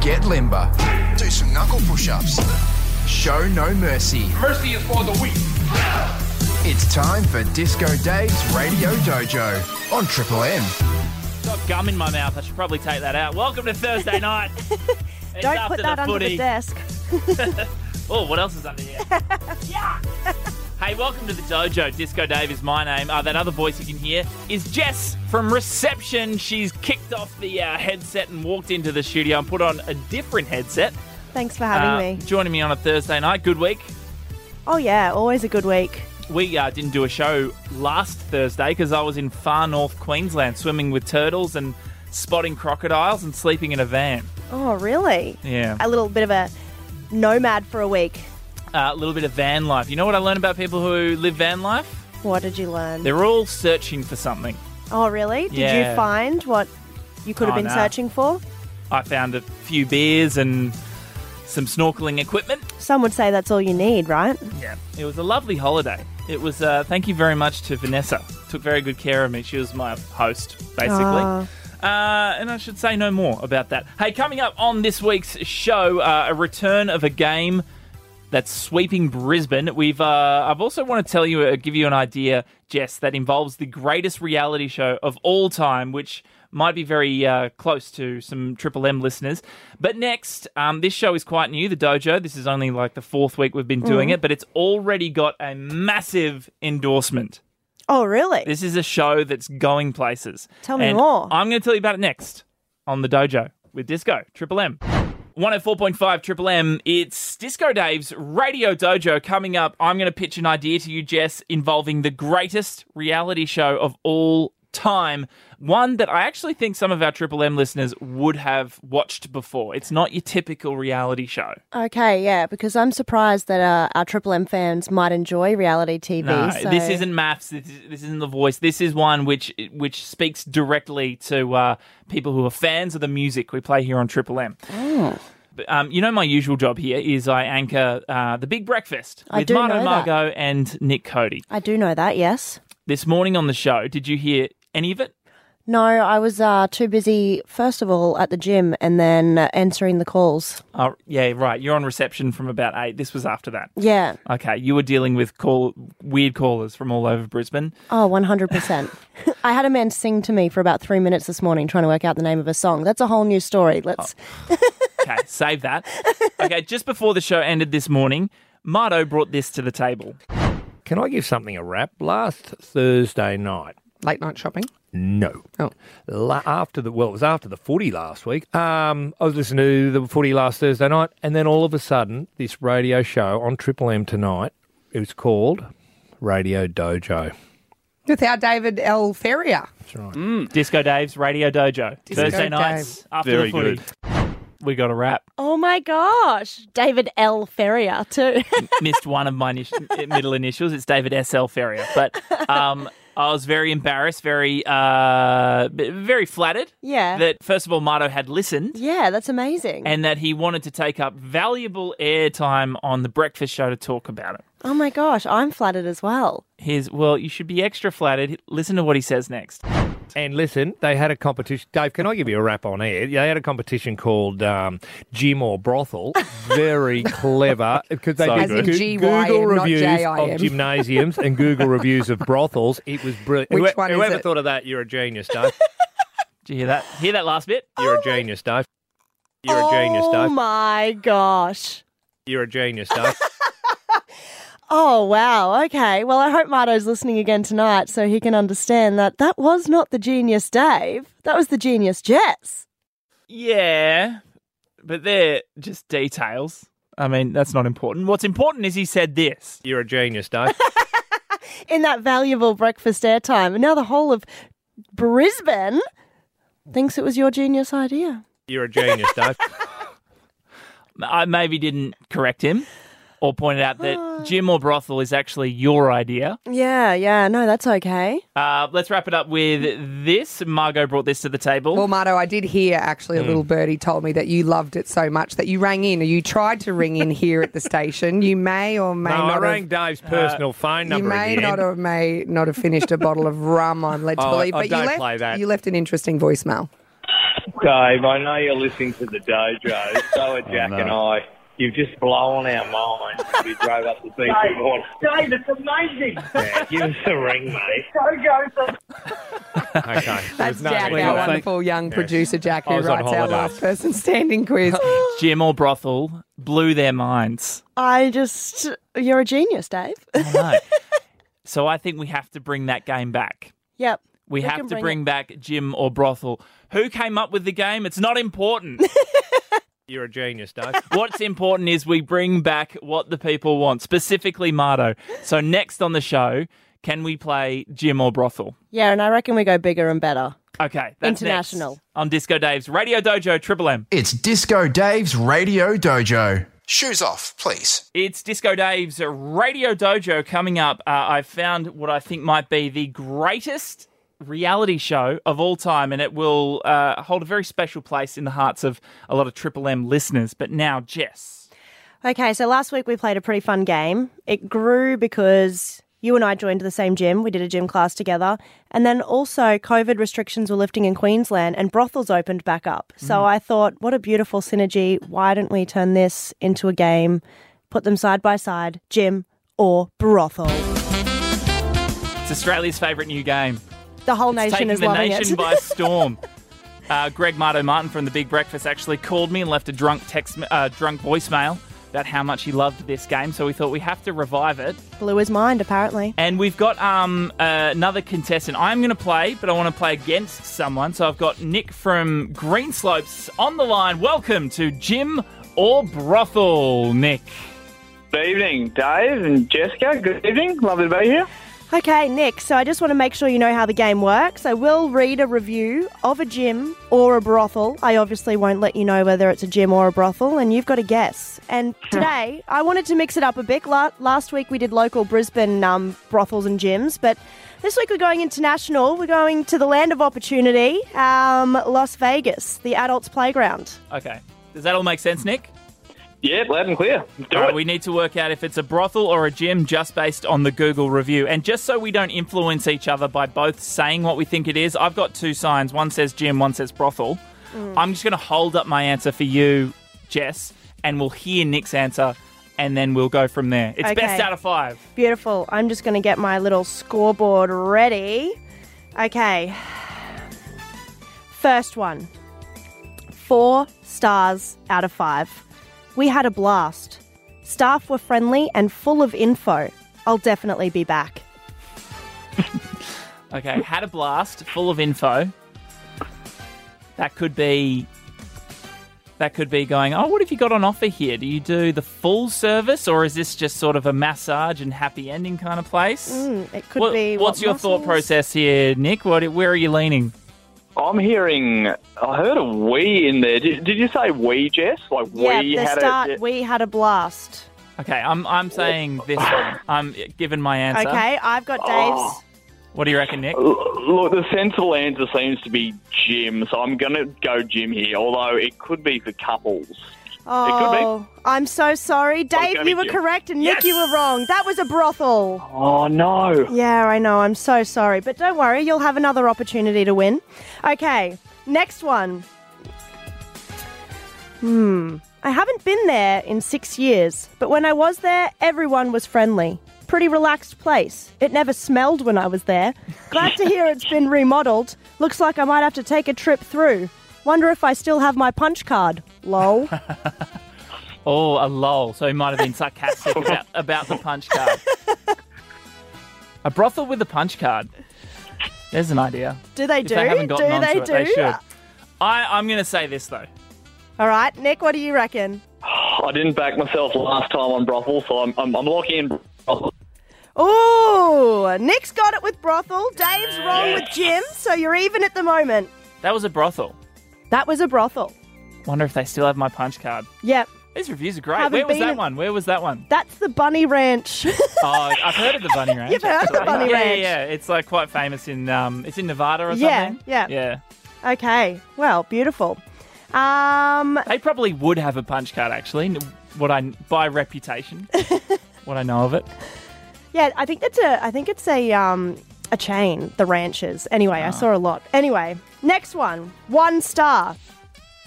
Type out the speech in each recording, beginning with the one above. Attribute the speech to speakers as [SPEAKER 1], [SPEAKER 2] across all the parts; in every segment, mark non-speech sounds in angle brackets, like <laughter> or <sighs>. [SPEAKER 1] Get limber. Do some knuckle push ups. Show no mercy.
[SPEAKER 2] Mercy is for the weak.
[SPEAKER 1] It's time for Disco Dave's Radio Dojo on Triple M.
[SPEAKER 3] Got gum in my mouth. I should probably take that out. Welcome to Thursday
[SPEAKER 4] <laughs>
[SPEAKER 3] night. It's
[SPEAKER 4] Don't
[SPEAKER 3] after
[SPEAKER 4] put that
[SPEAKER 3] the
[SPEAKER 4] under the
[SPEAKER 3] footy.
[SPEAKER 4] desk.
[SPEAKER 3] Oh, what else is under
[SPEAKER 4] <laughs>
[SPEAKER 3] here? yeah. Hey, welcome to the dojo. Disco Dave is my name. Uh, that other voice you can hear is Jess from reception. She's kicked off the uh, headset and walked into the studio and put on a different headset.
[SPEAKER 4] Thanks for having
[SPEAKER 3] Uh,
[SPEAKER 4] me.
[SPEAKER 3] Joining me on a Thursday night. Good week.
[SPEAKER 4] Oh yeah, always a good week.
[SPEAKER 3] We uh, didn't do a show last Thursday because I was in far north Queensland swimming with turtles and spotting crocodiles and sleeping in a van.
[SPEAKER 4] Oh really?
[SPEAKER 3] Yeah.
[SPEAKER 4] A little bit of a nomad for a week.
[SPEAKER 3] Uh, a little bit of van life. You know what I learned about people who live van life?
[SPEAKER 4] What did you learn?
[SPEAKER 3] They're all searching for something.
[SPEAKER 4] oh really? Did
[SPEAKER 3] Yeah.
[SPEAKER 4] you find what you could
[SPEAKER 3] Oh,
[SPEAKER 4] have been
[SPEAKER 3] nah.
[SPEAKER 4] searching for?
[SPEAKER 3] I found a few beers and some snorkeling equipment.
[SPEAKER 4] Some would say that's all you need, right?
[SPEAKER 3] Yeah. It was a lovely holiday. It was, uh, thank you very much to Vanessa. Took very good care of me. She was my host, basically.
[SPEAKER 4] Ah.
[SPEAKER 3] Uh, and I should say no more about that. Hey, coming up on this week's show, uh, a return of a game that's sweeping Brisbane. We've uh, I've also want to tell you, uh, give you an idea, Jess, that involves the greatest reality show of all time, which might be very uh, close to some Triple M listeners. But next, um, this show is quite new, The Dojo. This is only like the fourth week we've been doing it, but it's already got a massive endorsement.
[SPEAKER 4] Oh really?
[SPEAKER 3] This is a show that's going places.
[SPEAKER 4] Tell me
[SPEAKER 3] And
[SPEAKER 4] more.
[SPEAKER 3] I'm going to tell you about it next on the dojo with Disco Triple M. 104.5 Triple M. It's Disco Dave's Radio Dojo coming up. I'm going to pitch an idea to you, Jess, involving the greatest reality show of all time. One that I actually think some of our Triple M listeners would have watched before. It's not your typical reality show.
[SPEAKER 4] Okay, yeah, because I'm surprised that uh, our Triple M fans might enjoy reality TV.
[SPEAKER 3] No,
[SPEAKER 4] so-
[SPEAKER 3] this isn't maths. This, is- this isn't the voice. This is one which which speaks directly to uh, people who are fans of the music we play here on Triple M.
[SPEAKER 4] Mm.
[SPEAKER 3] But, um, you know, my usual job here is I anchor uh, the Big Breakfast
[SPEAKER 4] I
[SPEAKER 3] with
[SPEAKER 4] do
[SPEAKER 3] Marto
[SPEAKER 4] know that.
[SPEAKER 3] Margot and Nick Cody.
[SPEAKER 4] I do know that. Yes.
[SPEAKER 3] This morning on the show, did you hear any of it?
[SPEAKER 4] No, I was uh, too busy, first of all, at the gym and then uh, answering the calls.
[SPEAKER 3] Uh, yeah, right. You're on reception from about eight. This was after that.
[SPEAKER 4] Yeah.
[SPEAKER 3] Okay, you were dealing with call weird callers from all over Brisbane.
[SPEAKER 4] Oh, 100%. <laughs> I had a man sing to me for about three minutes this morning trying to work out the name of a song. That's a whole new story. Let's.
[SPEAKER 3] Okay, save that. Okay, just before the show ended this morning, Marto brought this to the table.
[SPEAKER 5] Can I give something a wrap? Last Thursday night.
[SPEAKER 6] Late night shopping.
[SPEAKER 5] No.
[SPEAKER 6] Oh.
[SPEAKER 5] La- after the well, it was after the footy last week. Um, I was listening to the footy last Thursday night, and then all of a sudden, this radio show on Triple M tonight. It was called Radio Dojo.
[SPEAKER 6] With our David L. Ferrier.
[SPEAKER 3] Disco Dave's Radio Dojo.
[SPEAKER 6] Disco
[SPEAKER 3] Thursday
[SPEAKER 6] Dave.
[SPEAKER 3] nights after
[SPEAKER 7] Very
[SPEAKER 3] the footy. We got a wrap.
[SPEAKER 4] Oh my gosh. David L. Ferrier, too. <laughs>
[SPEAKER 3] Missed one of my initi- middle initials. It's David S.L. Ferrier. But um, I was very embarrassed, very, uh, b- very flattered
[SPEAKER 4] Yeah.
[SPEAKER 3] that, first of all, Marto had listened.
[SPEAKER 4] yeah, that's amazing.
[SPEAKER 3] And that he wanted to take up valuable airtime on the breakfast show to talk about it.
[SPEAKER 4] oh my gosh. I'm flattered as well.
[SPEAKER 3] His well, you should be extra flattered. Listen to what he says next.
[SPEAKER 5] And listen, they had a competition. Dave, can I give you a wrap on air? They had a competition called um, Gym or Brothel.
[SPEAKER 6] <laughs>
[SPEAKER 5] Very clever because they
[SPEAKER 7] So
[SPEAKER 5] did
[SPEAKER 7] good. As in
[SPEAKER 5] Goo-
[SPEAKER 6] GYM,
[SPEAKER 5] Google
[SPEAKER 6] not
[SPEAKER 5] reviews
[SPEAKER 6] JIM.
[SPEAKER 5] of gymnasiums and Google reviews of brothels. It was brilliant.
[SPEAKER 6] Which
[SPEAKER 5] Whoever,
[SPEAKER 6] one is
[SPEAKER 5] whoever
[SPEAKER 6] it?
[SPEAKER 5] thought of that, you're a genius, Dave.
[SPEAKER 3] Did you hear that? Hear that last bit?
[SPEAKER 5] You're a
[SPEAKER 6] <laughs>
[SPEAKER 5] genius, Dave. You're a genius,
[SPEAKER 4] Oh
[SPEAKER 5] Dave.
[SPEAKER 4] my gosh.
[SPEAKER 5] You're a genius, Dave.
[SPEAKER 4] Oh wow. Okay. Well, I hope Marto's listening again tonight so he can understand that that was not the genius Dave. That was the genius Jess.
[SPEAKER 3] Yeah, but they're just details. I mean, that's not important. What's important is he said this.
[SPEAKER 5] You're a genius, Dave.
[SPEAKER 4] In that valuable breakfast airtime. And now the whole of Brisbane thinks it was your genius idea.
[SPEAKER 5] You're a genius,
[SPEAKER 6] <laughs>
[SPEAKER 5] Dave.
[SPEAKER 3] I maybe didn't correct him or pointed out <sighs> that gym or brothel is actually your idea.
[SPEAKER 4] Yeah, yeah, no, that's okay.
[SPEAKER 3] Uh, let's wrap it up with this. Margot brought this to the table.
[SPEAKER 6] Well, Marto, I did hear actually a
[SPEAKER 5] Mm.
[SPEAKER 6] little birdie told me that you loved it so much that you rang in or you tried to ring in here at the station. You may or may
[SPEAKER 5] No, Oh, I
[SPEAKER 6] not
[SPEAKER 5] rang
[SPEAKER 6] have. uh,
[SPEAKER 5] Dave's personal phone
[SPEAKER 6] You
[SPEAKER 5] number
[SPEAKER 6] may
[SPEAKER 5] again.
[SPEAKER 6] not have may not have finished a bottle of rum. I'm led to
[SPEAKER 5] Oh,
[SPEAKER 6] believe,
[SPEAKER 5] I- I
[SPEAKER 6] but
[SPEAKER 5] don't
[SPEAKER 6] you left
[SPEAKER 5] play that.
[SPEAKER 6] you left an interesting voicemail.
[SPEAKER 2] Dave, I know you're listening to the dojo.
[SPEAKER 5] <laughs>
[SPEAKER 2] So are Jack
[SPEAKER 5] no.
[SPEAKER 2] and I. You've just blown our minds. when We drove up the beach and morning.
[SPEAKER 7] Dave, it's amazing.
[SPEAKER 2] <laughs> Yeah, give us a
[SPEAKER 7] <laughs>
[SPEAKER 2] ring, mate.
[SPEAKER 7] Dojo for
[SPEAKER 5] <laughs> Okay.
[SPEAKER 6] That's
[SPEAKER 5] There's no-
[SPEAKER 6] Jack,
[SPEAKER 5] we
[SPEAKER 6] our
[SPEAKER 5] got-
[SPEAKER 6] wonderful young producer Jack,
[SPEAKER 5] I
[SPEAKER 6] who
[SPEAKER 5] was on
[SPEAKER 6] writes our
[SPEAKER 5] holidays.
[SPEAKER 6] last person
[SPEAKER 5] <laughs>
[SPEAKER 6] standing quiz.
[SPEAKER 3] Gym or brothel blew their <laughs> minds.
[SPEAKER 4] I just, you're a genius, Dave. <laughs>
[SPEAKER 3] No. so I think we have to bring that game back.
[SPEAKER 4] yep.
[SPEAKER 3] We, have
[SPEAKER 4] can
[SPEAKER 3] to bring,
[SPEAKER 4] bring
[SPEAKER 3] back gym or brothel. Who came up with the game? It's not important.
[SPEAKER 5] You're a genius, Dave.
[SPEAKER 3] What's important is we bring back what the people want, specifically Mardo. So next on the show, can we play gym or brothel?
[SPEAKER 4] Yeah, and I reckon we go bigger and better.
[SPEAKER 3] Okay, that's next
[SPEAKER 4] International.
[SPEAKER 3] on Disco Dave's Radio Dojo Triple M.
[SPEAKER 1] It's Disco Dave's Radio Dojo. Shoes off, please.
[SPEAKER 3] It's Disco Dave's Radio Dojo coming up. Uh, I found what I think might be the greatest reality show of all time, and it will uh, hold a very special place in the hearts of a lot of Triple M listeners. But now, Jess.
[SPEAKER 4] Okay, so last week we played a pretty fun game. It grew because you and I joined the same gym. We did a gym class together. And then also, COVID restrictions were lifting in Queensland and brothels opened back up. So
[SPEAKER 3] Mm.
[SPEAKER 4] I thought, what a beautiful synergy. Why don't we turn this into a game, put them side by side, gym or brothel?
[SPEAKER 3] It's Australia's favourite new game.
[SPEAKER 4] The whole
[SPEAKER 3] It's
[SPEAKER 4] nation
[SPEAKER 3] taking
[SPEAKER 4] is
[SPEAKER 3] the
[SPEAKER 4] loving
[SPEAKER 3] nation
[SPEAKER 4] it.
[SPEAKER 3] by storm. Uh, Greg Mardo Martin from the Big Breakfast actually called me and left a drunk text, uh, drunk voicemail about how much he loved this game. So we thought we have to revive it.
[SPEAKER 4] <laughs> Blew his mind, apparently.
[SPEAKER 3] And we've got um, uh, another contestant. I'm going to play, but I want to play against someone. So I've got Nick from Greenslopes on the line. Welcome to Gym or Brothel, Nick.
[SPEAKER 2] Good evening, Dave and Jessica. Good evening. Lovely to be here.
[SPEAKER 4] Okay, Nick, so I just want to make sure you know how the game works. I will read a review of a gym or a brothel. I obviously won't let you know whether it's a gym or a brothel, and you've got to guess. And today, I wanted to mix it up a bit. La- last week we did local Brisbane um, brothels and gyms, but this week we're going international. We're going to the land of opportunity, um, Las Vegas, the adults' playground.
[SPEAKER 3] Okay. Does that all make sense, Nick?
[SPEAKER 2] <laughs> Yeah, loud and clear. Do
[SPEAKER 3] All right,
[SPEAKER 2] it.
[SPEAKER 3] we need to work out if it's a brothel or a gym just based on the Google review. And just so we don't influence each other by both saying what we think it is, I've got two signs. One says gym, one says brothel. I'm just going to hold up my answer for you, Jess, and we'll hear Nick's answer and then we'll go from there. It's
[SPEAKER 4] Okay.
[SPEAKER 3] best out of five.
[SPEAKER 4] Beautiful. I'm just going to get my little scoreboard ready. Okay. First one. Four stars out of five. We had a blast. Staff were friendly and full of info. I'll definitely be back.
[SPEAKER 3] Okay, had a blast, full of info. That could be. That could be going, oh, what have you got on offer here? Do you do the full service or is this just sort of a massage and happy ending kind of place?
[SPEAKER 4] Hmm, It Mm, could
[SPEAKER 3] What-
[SPEAKER 4] be.
[SPEAKER 3] what's
[SPEAKER 4] what
[SPEAKER 3] your thought
[SPEAKER 4] muscles?
[SPEAKER 3] process here, Nick? What, where are you leaning?
[SPEAKER 2] I'm hearing. I heard a we in there. Did, did you say we, Jess? Like
[SPEAKER 4] Yeah,
[SPEAKER 2] we
[SPEAKER 4] the
[SPEAKER 2] had
[SPEAKER 4] start.
[SPEAKER 2] a.
[SPEAKER 4] we had a blast.
[SPEAKER 3] Okay, I'm, I'm saying this one. I'm giving my answer.
[SPEAKER 4] Okay, I've got
[SPEAKER 2] Oh.
[SPEAKER 4] Dave's.
[SPEAKER 3] What do you reckon, Nick?
[SPEAKER 2] Look, the sensible answer seems to be Jim, so I'm going to go Jim here, although it could be for couples. be.
[SPEAKER 4] Oh, I'm so sorry, Dave.
[SPEAKER 2] going
[SPEAKER 4] You were
[SPEAKER 2] with you.
[SPEAKER 4] correct, and Nick, you were wrong. That was a brothel.
[SPEAKER 2] Oh, no.
[SPEAKER 4] Yeah, I know. I'm so sorry. But don't worry, you'll have another opportunity to win. Okay, next one. Hmm. I haven't been there in six years, but when I was there, everyone was friendly. Pretty relaxed place. It never smelled when I was there. Glad to hear it's been remodeled. Looks like I might have to take a trip through. Wonder if I still have my punch card. Lol.
[SPEAKER 3] Oh, a lol. So he might have been
[SPEAKER 4] <laughs>
[SPEAKER 3] sarcastic about, about the punch card. a brothel with a punch card. There's an idea.
[SPEAKER 4] Do they
[SPEAKER 3] If
[SPEAKER 4] do?
[SPEAKER 3] they haven't gotten
[SPEAKER 4] do
[SPEAKER 3] onto
[SPEAKER 4] they
[SPEAKER 3] it,
[SPEAKER 4] do?
[SPEAKER 3] they should. I, I'm going to say this, though.
[SPEAKER 4] All right, Nick, what do you reckon?
[SPEAKER 2] I didn't back myself last time on brothel, so I'm, I'm, I'm locking in brothel.
[SPEAKER 4] Ooh, Nick's got it with brothel. Dave's wrong with Jim, so you're even at the moment.
[SPEAKER 3] That was a brothel.
[SPEAKER 4] That was a brothel.
[SPEAKER 3] Wonder if they still have my punch card.
[SPEAKER 4] Yep,
[SPEAKER 3] These reviews are great.
[SPEAKER 4] Haven't
[SPEAKER 3] Where was
[SPEAKER 4] been
[SPEAKER 3] that
[SPEAKER 4] in-
[SPEAKER 3] one? Where was that one?
[SPEAKER 4] that's the Bunny Ranch. <laughs>
[SPEAKER 3] Oh, I've heard of the <laughs> Bunny Ranch.
[SPEAKER 4] You've heard of the
[SPEAKER 3] actually.
[SPEAKER 4] Bunny
[SPEAKER 3] yeah,
[SPEAKER 4] Ranch.
[SPEAKER 3] Yeah, yeah. It's like quite famous in um, it's in Nevada or
[SPEAKER 4] Yeah,
[SPEAKER 3] something.
[SPEAKER 4] yeah.
[SPEAKER 3] yeah.
[SPEAKER 4] okay, well, beautiful. Um,
[SPEAKER 3] They probably would have a punch card, actually. n- What I by <laughs> reputation, what I know of it.
[SPEAKER 4] yeah, I think that's a. I think it's a um
[SPEAKER 3] Ah.
[SPEAKER 4] a chain, the ranches. Anyway, I saw a lot. Anyway, next one, one star.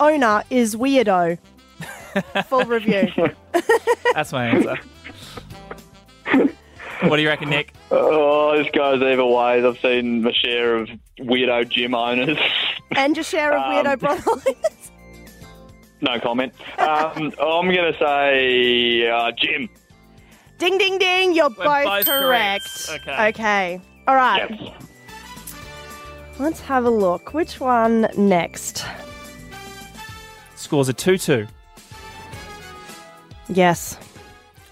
[SPEAKER 4] owner
[SPEAKER 3] <laughs>
[SPEAKER 4] is weirdo. Full review.
[SPEAKER 3] That's my answer. what do you reckon, Nick?
[SPEAKER 2] Oh, this goes either ways. I've seen my share of weirdo gym owners. <laughs>
[SPEAKER 4] and your share of weirdo brothel. <laughs>
[SPEAKER 2] no comment. Um, I'm going to say uh, Jim.
[SPEAKER 4] ding, ding, ding. You're
[SPEAKER 3] We're
[SPEAKER 4] both,
[SPEAKER 3] both correct.
[SPEAKER 4] correct.
[SPEAKER 3] Okay.
[SPEAKER 4] Okay. All right.
[SPEAKER 2] Yep.
[SPEAKER 4] Let's have a look. Which one next?
[SPEAKER 3] Scores a 2 2.
[SPEAKER 4] Yes.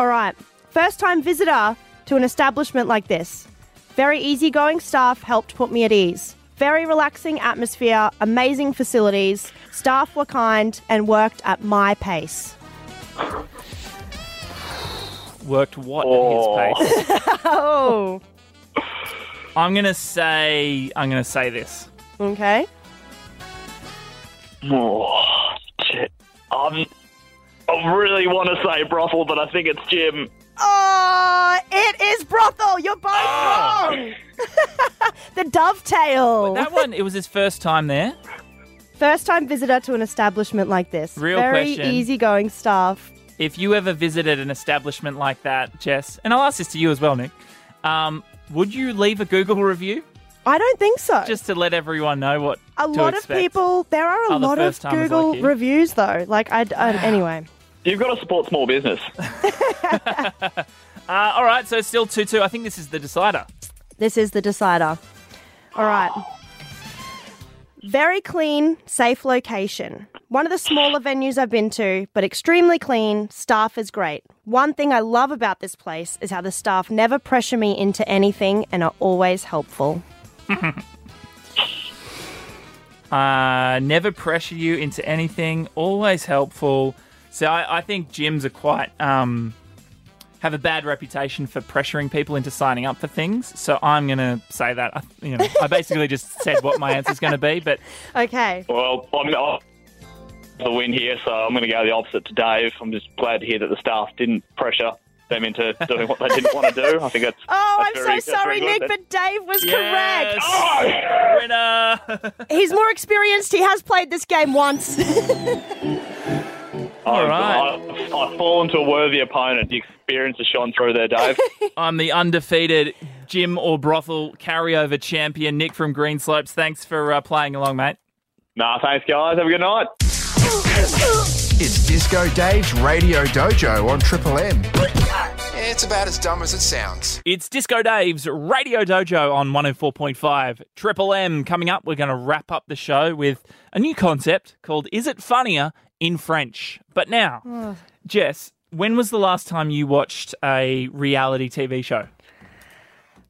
[SPEAKER 4] All right. First time visitor to an establishment like this. Very easygoing staff helped put me at ease. Very relaxing atmosphere, amazing facilities. Staff were kind and worked at my pace.
[SPEAKER 3] Worked what at his pace?
[SPEAKER 4] Oh,
[SPEAKER 3] I'm going to say, I'm going to say this.
[SPEAKER 4] okay.
[SPEAKER 2] Oh, shit. Um, I really want to say brothel, but I think it's Jim.
[SPEAKER 4] Oh, it is brothel. You're both wrong. <laughs> the dovetail. <laughs>
[SPEAKER 3] That one, it was his first time there.
[SPEAKER 4] First time visitor to an establishment like this.
[SPEAKER 3] Real
[SPEAKER 4] Very
[SPEAKER 3] question.
[SPEAKER 4] easygoing staff.
[SPEAKER 3] If you ever visited an establishment like that, Jess, and I'll ask this to you as well, Nick, um, would you leave a Google review
[SPEAKER 4] I don't think so.
[SPEAKER 3] just to let everyone know what
[SPEAKER 4] a
[SPEAKER 3] to
[SPEAKER 4] lot
[SPEAKER 3] expect?
[SPEAKER 4] of people. There are a
[SPEAKER 3] Other
[SPEAKER 4] lot of
[SPEAKER 3] first-timers
[SPEAKER 4] Google
[SPEAKER 3] like you.
[SPEAKER 4] reviews though. Like I, I anyway.
[SPEAKER 2] You've got to support small business.
[SPEAKER 3] Uh, all right, so it's still 2 2. I think this is the decider.
[SPEAKER 4] This is the decider. All right. Very clean, safe location. One of the smaller venues I've been to, but extremely clean. Staff is great. One thing I love about this place is how the staff never pressure me into anything and are always helpful.
[SPEAKER 3] Uh, never pressure you into anything. Always helpful. So I, I think gyms are quite um, have a bad reputation for pressuring people into signing up for things. So I'm gonna say that. I, you know, I basically just said what my answer's gonna be. But
[SPEAKER 4] Okay.
[SPEAKER 2] Well, I'm I'm the win here, so I'm going to go the opposite to Dave. I'm just glad to hear that the staff didn't pressure them into doing what they didn't want to do. I think that's.
[SPEAKER 4] <laughs> Oh,
[SPEAKER 2] that's
[SPEAKER 4] I'm
[SPEAKER 2] very-
[SPEAKER 4] so
[SPEAKER 2] that's
[SPEAKER 4] sorry,
[SPEAKER 2] very good.
[SPEAKER 4] Nick, but Dave was
[SPEAKER 3] yes,
[SPEAKER 4] <laughs> correct. Oh,
[SPEAKER 3] winner.
[SPEAKER 4] He's more experienced. He has played this game
[SPEAKER 3] <laughs>
[SPEAKER 4] once.
[SPEAKER 3] All
[SPEAKER 2] I've-
[SPEAKER 3] right.
[SPEAKER 2] I've, I've fallen to a worthy opponent. The experience has shone through
[SPEAKER 4] <laughs>
[SPEAKER 2] there, Dave.
[SPEAKER 3] I'm the undefeated gym or brothel carryover champion, Nick from Greenslopes. Thanks for uh, playing along, mate.
[SPEAKER 2] nah, thanks, guys. Have a good night.
[SPEAKER 1] It's Disco Dave's Radio Dojo on Triple M. It's about as dumb as it sounds.
[SPEAKER 3] It's Disco Dave's Radio Dojo on 104.5 Triple M. Coming up, we're going to wrap up the show with a new concept called Is It Funnier in French? But now, Jess, when was the last time you watched a reality TV show?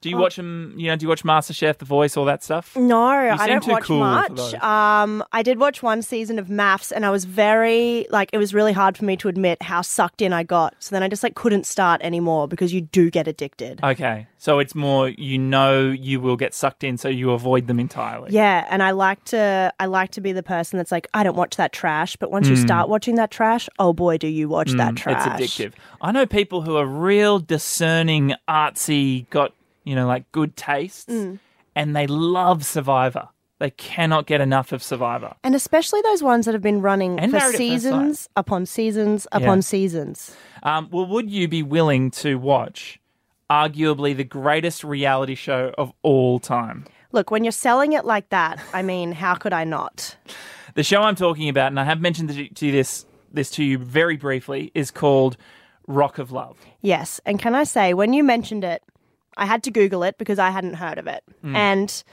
[SPEAKER 3] Do you watch them, you know, do you watch MasterChef, The Voice, all that stuff?
[SPEAKER 4] No, I
[SPEAKER 3] seem
[SPEAKER 4] don't
[SPEAKER 3] too
[SPEAKER 4] watch
[SPEAKER 3] cool for those.
[SPEAKER 4] much. Um, I did watch one season of Maths, and I was very like it was really hard for me to admit how sucked in I got. So then I just like couldn't start anymore because you do get addicted.
[SPEAKER 3] Okay. So it's more you know you will get sucked in so you avoid them entirely.
[SPEAKER 4] yeah, and I like to I like to be the person that's like I don't watch that trash, but once you start watching that trash, oh boy, do you watch that trash?
[SPEAKER 3] Hmm. It's addictive. I know people who are real discerning, artsy, got, you know, like good tastes, and they love Survivor. They cannot get enough of Survivor.
[SPEAKER 4] And especially those ones that have been running
[SPEAKER 3] And
[SPEAKER 4] for
[SPEAKER 3] Married at First
[SPEAKER 4] seasons upon seasons upon seasons.
[SPEAKER 3] Um, well, would you be willing to watch arguably the greatest reality show of all time?
[SPEAKER 4] Look, when you're selling it like that, I mean, how could I not?
[SPEAKER 3] The show I'm talking about, and I have mentioned to to this this to you very briefly, is called Rock of Love.
[SPEAKER 4] Yes. And can I say, when you mentioned it, I had to Google it because I hadn't heard of it.
[SPEAKER 3] Mm.
[SPEAKER 4] And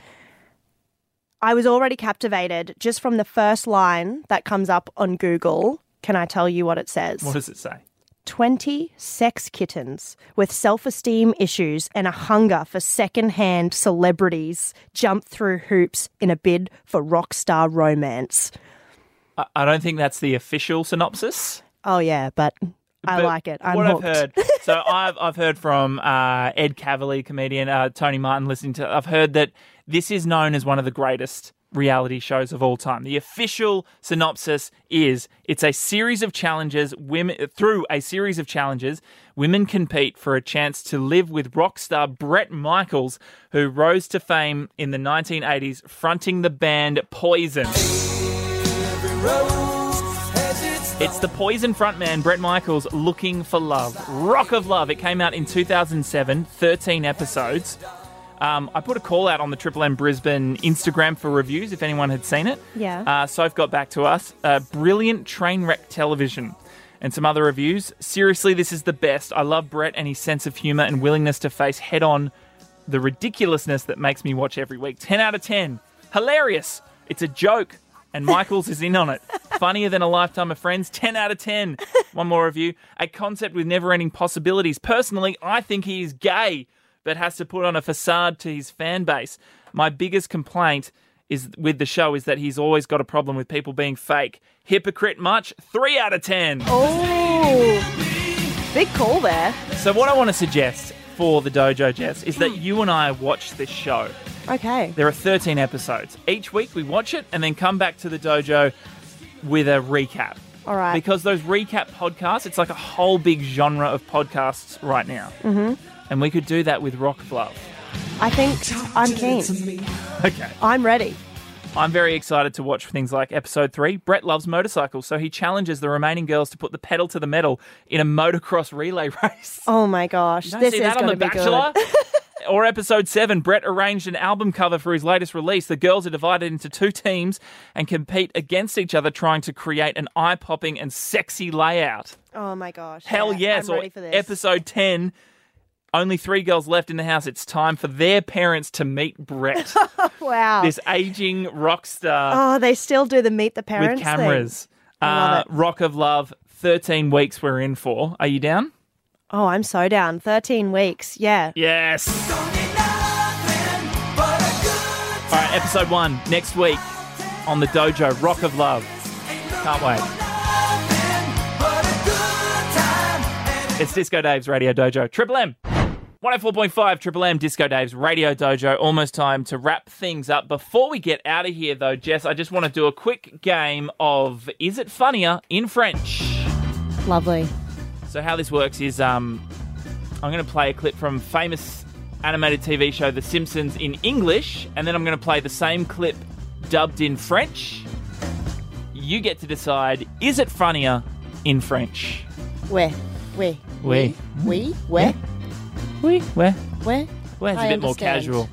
[SPEAKER 4] I was already captivated just from the first line that comes up on Google. Can I tell you what it says?
[SPEAKER 3] What does it say?
[SPEAKER 4] 20 sex kittens with self esteem issues and a hunger for second hand celebrities jump through hoops in a bid for rock star romance.
[SPEAKER 3] I, I don't think that's the official synopsis.
[SPEAKER 4] Oh, yeah, but I
[SPEAKER 3] But
[SPEAKER 4] like it. I'm
[SPEAKER 3] what
[SPEAKER 4] hooked.
[SPEAKER 3] I've heard,
[SPEAKER 4] <laughs>
[SPEAKER 3] so I've I've heard from uh, Ed Cavalier, comedian uh, Tony Martin, listening to. I've heard that this is known as one of the greatest reality shows of all time. The official synopsis is: it's a series of challenges. Women through a series of challenges, women compete for a chance to live with rock star Brett Michaels, who rose to fame in the 1980s, fronting the band Poison.
[SPEAKER 8] Every road
[SPEAKER 3] It's the Poison frontman Brett Michaels looking for love. Rock of Love. It came out in 2007, 13 episodes. Um, I put a call out on the Triple M Brisbane Instagram for reviews if anyone had seen it.
[SPEAKER 4] Yeah.
[SPEAKER 3] Uh, Soph got back to us. Uh, brilliant train wreck television. And some other reviews. Seriously, this is the best. I love Brett and his sense of humour and willingness to face head on the ridiculousness that makes me watch every week. 10 out of 10. Hilarious. It's a joke. And Michaels is in on it. Funnier than a lifetime of friends. 10 out of 10. One more review. A concept with never ending possibilities. Personally, I think he is gay, but has to put on a facade to his fan base. My biggest complaint is with the show is that he's always got a problem with people being fake. Hypocrite much? 3 out of 10.
[SPEAKER 4] Oh, big call there.
[SPEAKER 3] So, what I want to suggest for the Dojo Jess is that you and I watch this show.
[SPEAKER 4] Okay.
[SPEAKER 3] There are 13 episodes. Each week we watch it and then come back to the dojo with a recap.
[SPEAKER 4] All right.
[SPEAKER 3] Because those recap podcasts, it's like a whole big genre of podcasts right now. Mm-hmm. And we could do that with Rock of Love.
[SPEAKER 4] I think I'm keen.
[SPEAKER 3] Okay.
[SPEAKER 4] I'm ready.
[SPEAKER 3] I'm very excited to watch things like episode three. Brett loves motorcycles, so he challenges the remaining girls to put the pedal to the metal in a motocross relay <laughs> race.
[SPEAKER 4] Oh my gosh,
[SPEAKER 3] Don't
[SPEAKER 4] this
[SPEAKER 3] see
[SPEAKER 4] is
[SPEAKER 3] that on
[SPEAKER 4] going
[SPEAKER 3] The
[SPEAKER 4] to be
[SPEAKER 3] Bachelor.
[SPEAKER 4] <laughs> good.
[SPEAKER 3] or episode seven, Brett arranged an album cover for his latest release. The girls are divided into two teams and compete against each other, trying to create an eye popping and sexy layout.
[SPEAKER 4] Oh my gosh.
[SPEAKER 3] Hell
[SPEAKER 4] yeah,
[SPEAKER 3] yes!
[SPEAKER 4] I'm
[SPEAKER 3] or
[SPEAKER 4] ready for this.
[SPEAKER 3] episode ten. Only three girls left in the house. It's time for their parents to meet
[SPEAKER 4] <laughs>
[SPEAKER 3] Brett,
[SPEAKER 4] wow.
[SPEAKER 3] this aging rock star
[SPEAKER 4] oh, they still do the meet the parents
[SPEAKER 3] with
[SPEAKER 4] thing.
[SPEAKER 3] cameras. Uh,
[SPEAKER 4] Love
[SPEAKER 3] Rock of Love, 13 weeks we're in for. Are you down?
[SPEAKER 4] Oh, I'm so down. 13 weeks. Yeah.
[SPEAKER 3] Yes. All right, episode one next week on the dojo. Rock of Love. Can't wait. It's Disco Dave's Radio Dojo. Triple M. 104.5 Triple M Disco Dave's Radio Dojo. Almost time to wrap things up. Before we get out of here, though, Jess, I just want to do a quick game of Is It Funnier in French?
[SPEAKER 4] Lovely.
[SPEAKER 3] So how this works is um, I'm going to play a clip from famous animated TV show The Simpsons in English, and then I'm going to play the same clip dubbed in French. You get to decide: is it funnier in French?
[SPEAKER 4] Where? Where?
[SPEAKER 3] Oui.
[SPEAKER 4] We? Where?
[SPEAKER 3] Oui. Where?
[SPEAKER 4] Where?
[SPEAKER 3] Where's a
[SPEAKER 4] I
[SPEAKER 3] bit more
[SPEAKER 4] understand.
[SPEAKER 3] casual?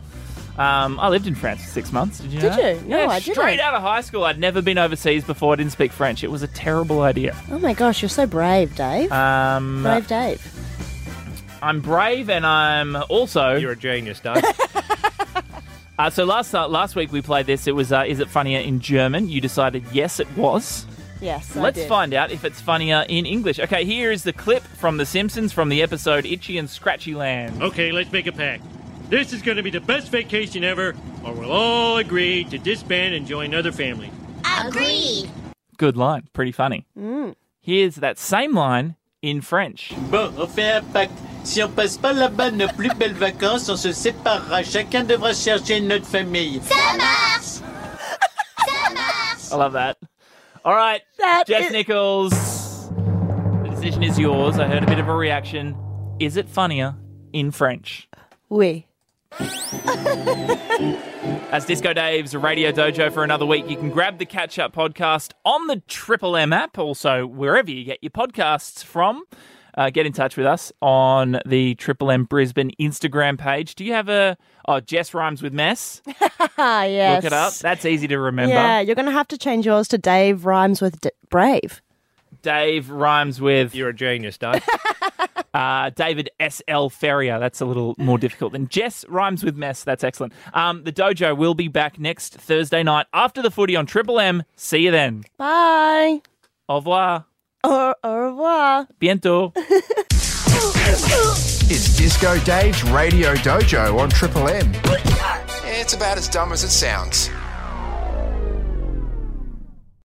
[SPEAKER 3] Um, I lived in France for six months. Did you?
[SPEAKER 4] Did
[SPEAKER 3] know that?
[SPEAKER 4] you? No,
[SPEAKER 3] yeah,
[SPEAKER 4] I didn't.
[SPEAKER 3] Straight out of high school, I'd never been overseas before. I didn't speak French. It was a terrible idea.
[SPEAKER 4] Oh my gosh, you're so brave, Dave.
[SPEAKER 3] Um,
[SPEAKER 4] brave Dave.
[SPEAKER 3] I'm brave, and I'm also
[SPEAKER 5] You're a genius, Dave.
[SPEAKER 3] Uh, so last uh, last week we played this. It was uh, is it funnier in German? You decided yes, it was.
[SPEAKER 4] Yes. I
[SPEAKER 3] Let's
[SPEAKER 4] did.
[SPEAKER 3] find out if it's funnier in English. Okay, here is the clip from The Simpsons from the episode Itchy and Scratchy Land.
[SPEAKER 8] <laughs>
[SPEAKER 5] Oh.
[SPEAKER 8] Okay, let's make a pact. This is going to be the best vacation ever, or we'll all agree to disband and join other families.
[SPEAKER 3] Good line, pretty funny.
[SPEAKER 4] Mm.
[SPEAKER 3] Here's that same line in French.
[SPEAKER 9] Bon, on fait un pacte. Si on passe pas là-bas nos plus belles vacances, on se séparera. Chacun devra chercher notre famille.
[SPEAKER 3] I love that. All right,
[SPEAKER 4] That
[SPEAKER 3] Jess
[SPEAKER 4] is-
[SPEAKER 3] Nichols. The decision is yours. I heard a bit of a reaction. Is it funnier in French?
[SPEAKER 4] We.
[SPEAKER 3] That's Disco Dave's Radio Dojo for another week. You can grab the catch up podcast on the Triple M app, also wherever you get your podcasts from. Uh, get in touch with us on the Triple M Brisbane Instagram page. Do you have a. Oh, Jess rhymes with mess.
[SPEAKER 4] Ah, yes.
[SPEAKER 3] Look it up. That's easy to remember.
[SPEAKER 4] Yeah, you're going to have to change yours to Dave rhymes with D- brave.
[SPEAKER 3] Dave rhymes with
[SPEAKER 5] You're a genius, Dave.
[SPEAKER 3] <laughs>
[SPEAKER 5] <laughs>
[SPEAKER 3] uh, David S.L. Ferrier. That's a little more difficult than Jess rhymes with mess. That's excellent. Um, the dojo will be back next Thursday night after the footy on Triple M. See you then.
[SPEAKER 4] Bye.
[SPEAKER 3] Au revoir.
[SPEAKER 4] Au, au revoir.
[SPEAKER 3] Bientôt.
[SPEAKER 1] It's Disco Dave's Radio Dojo on Triple M. It's about as dumb as it sounds.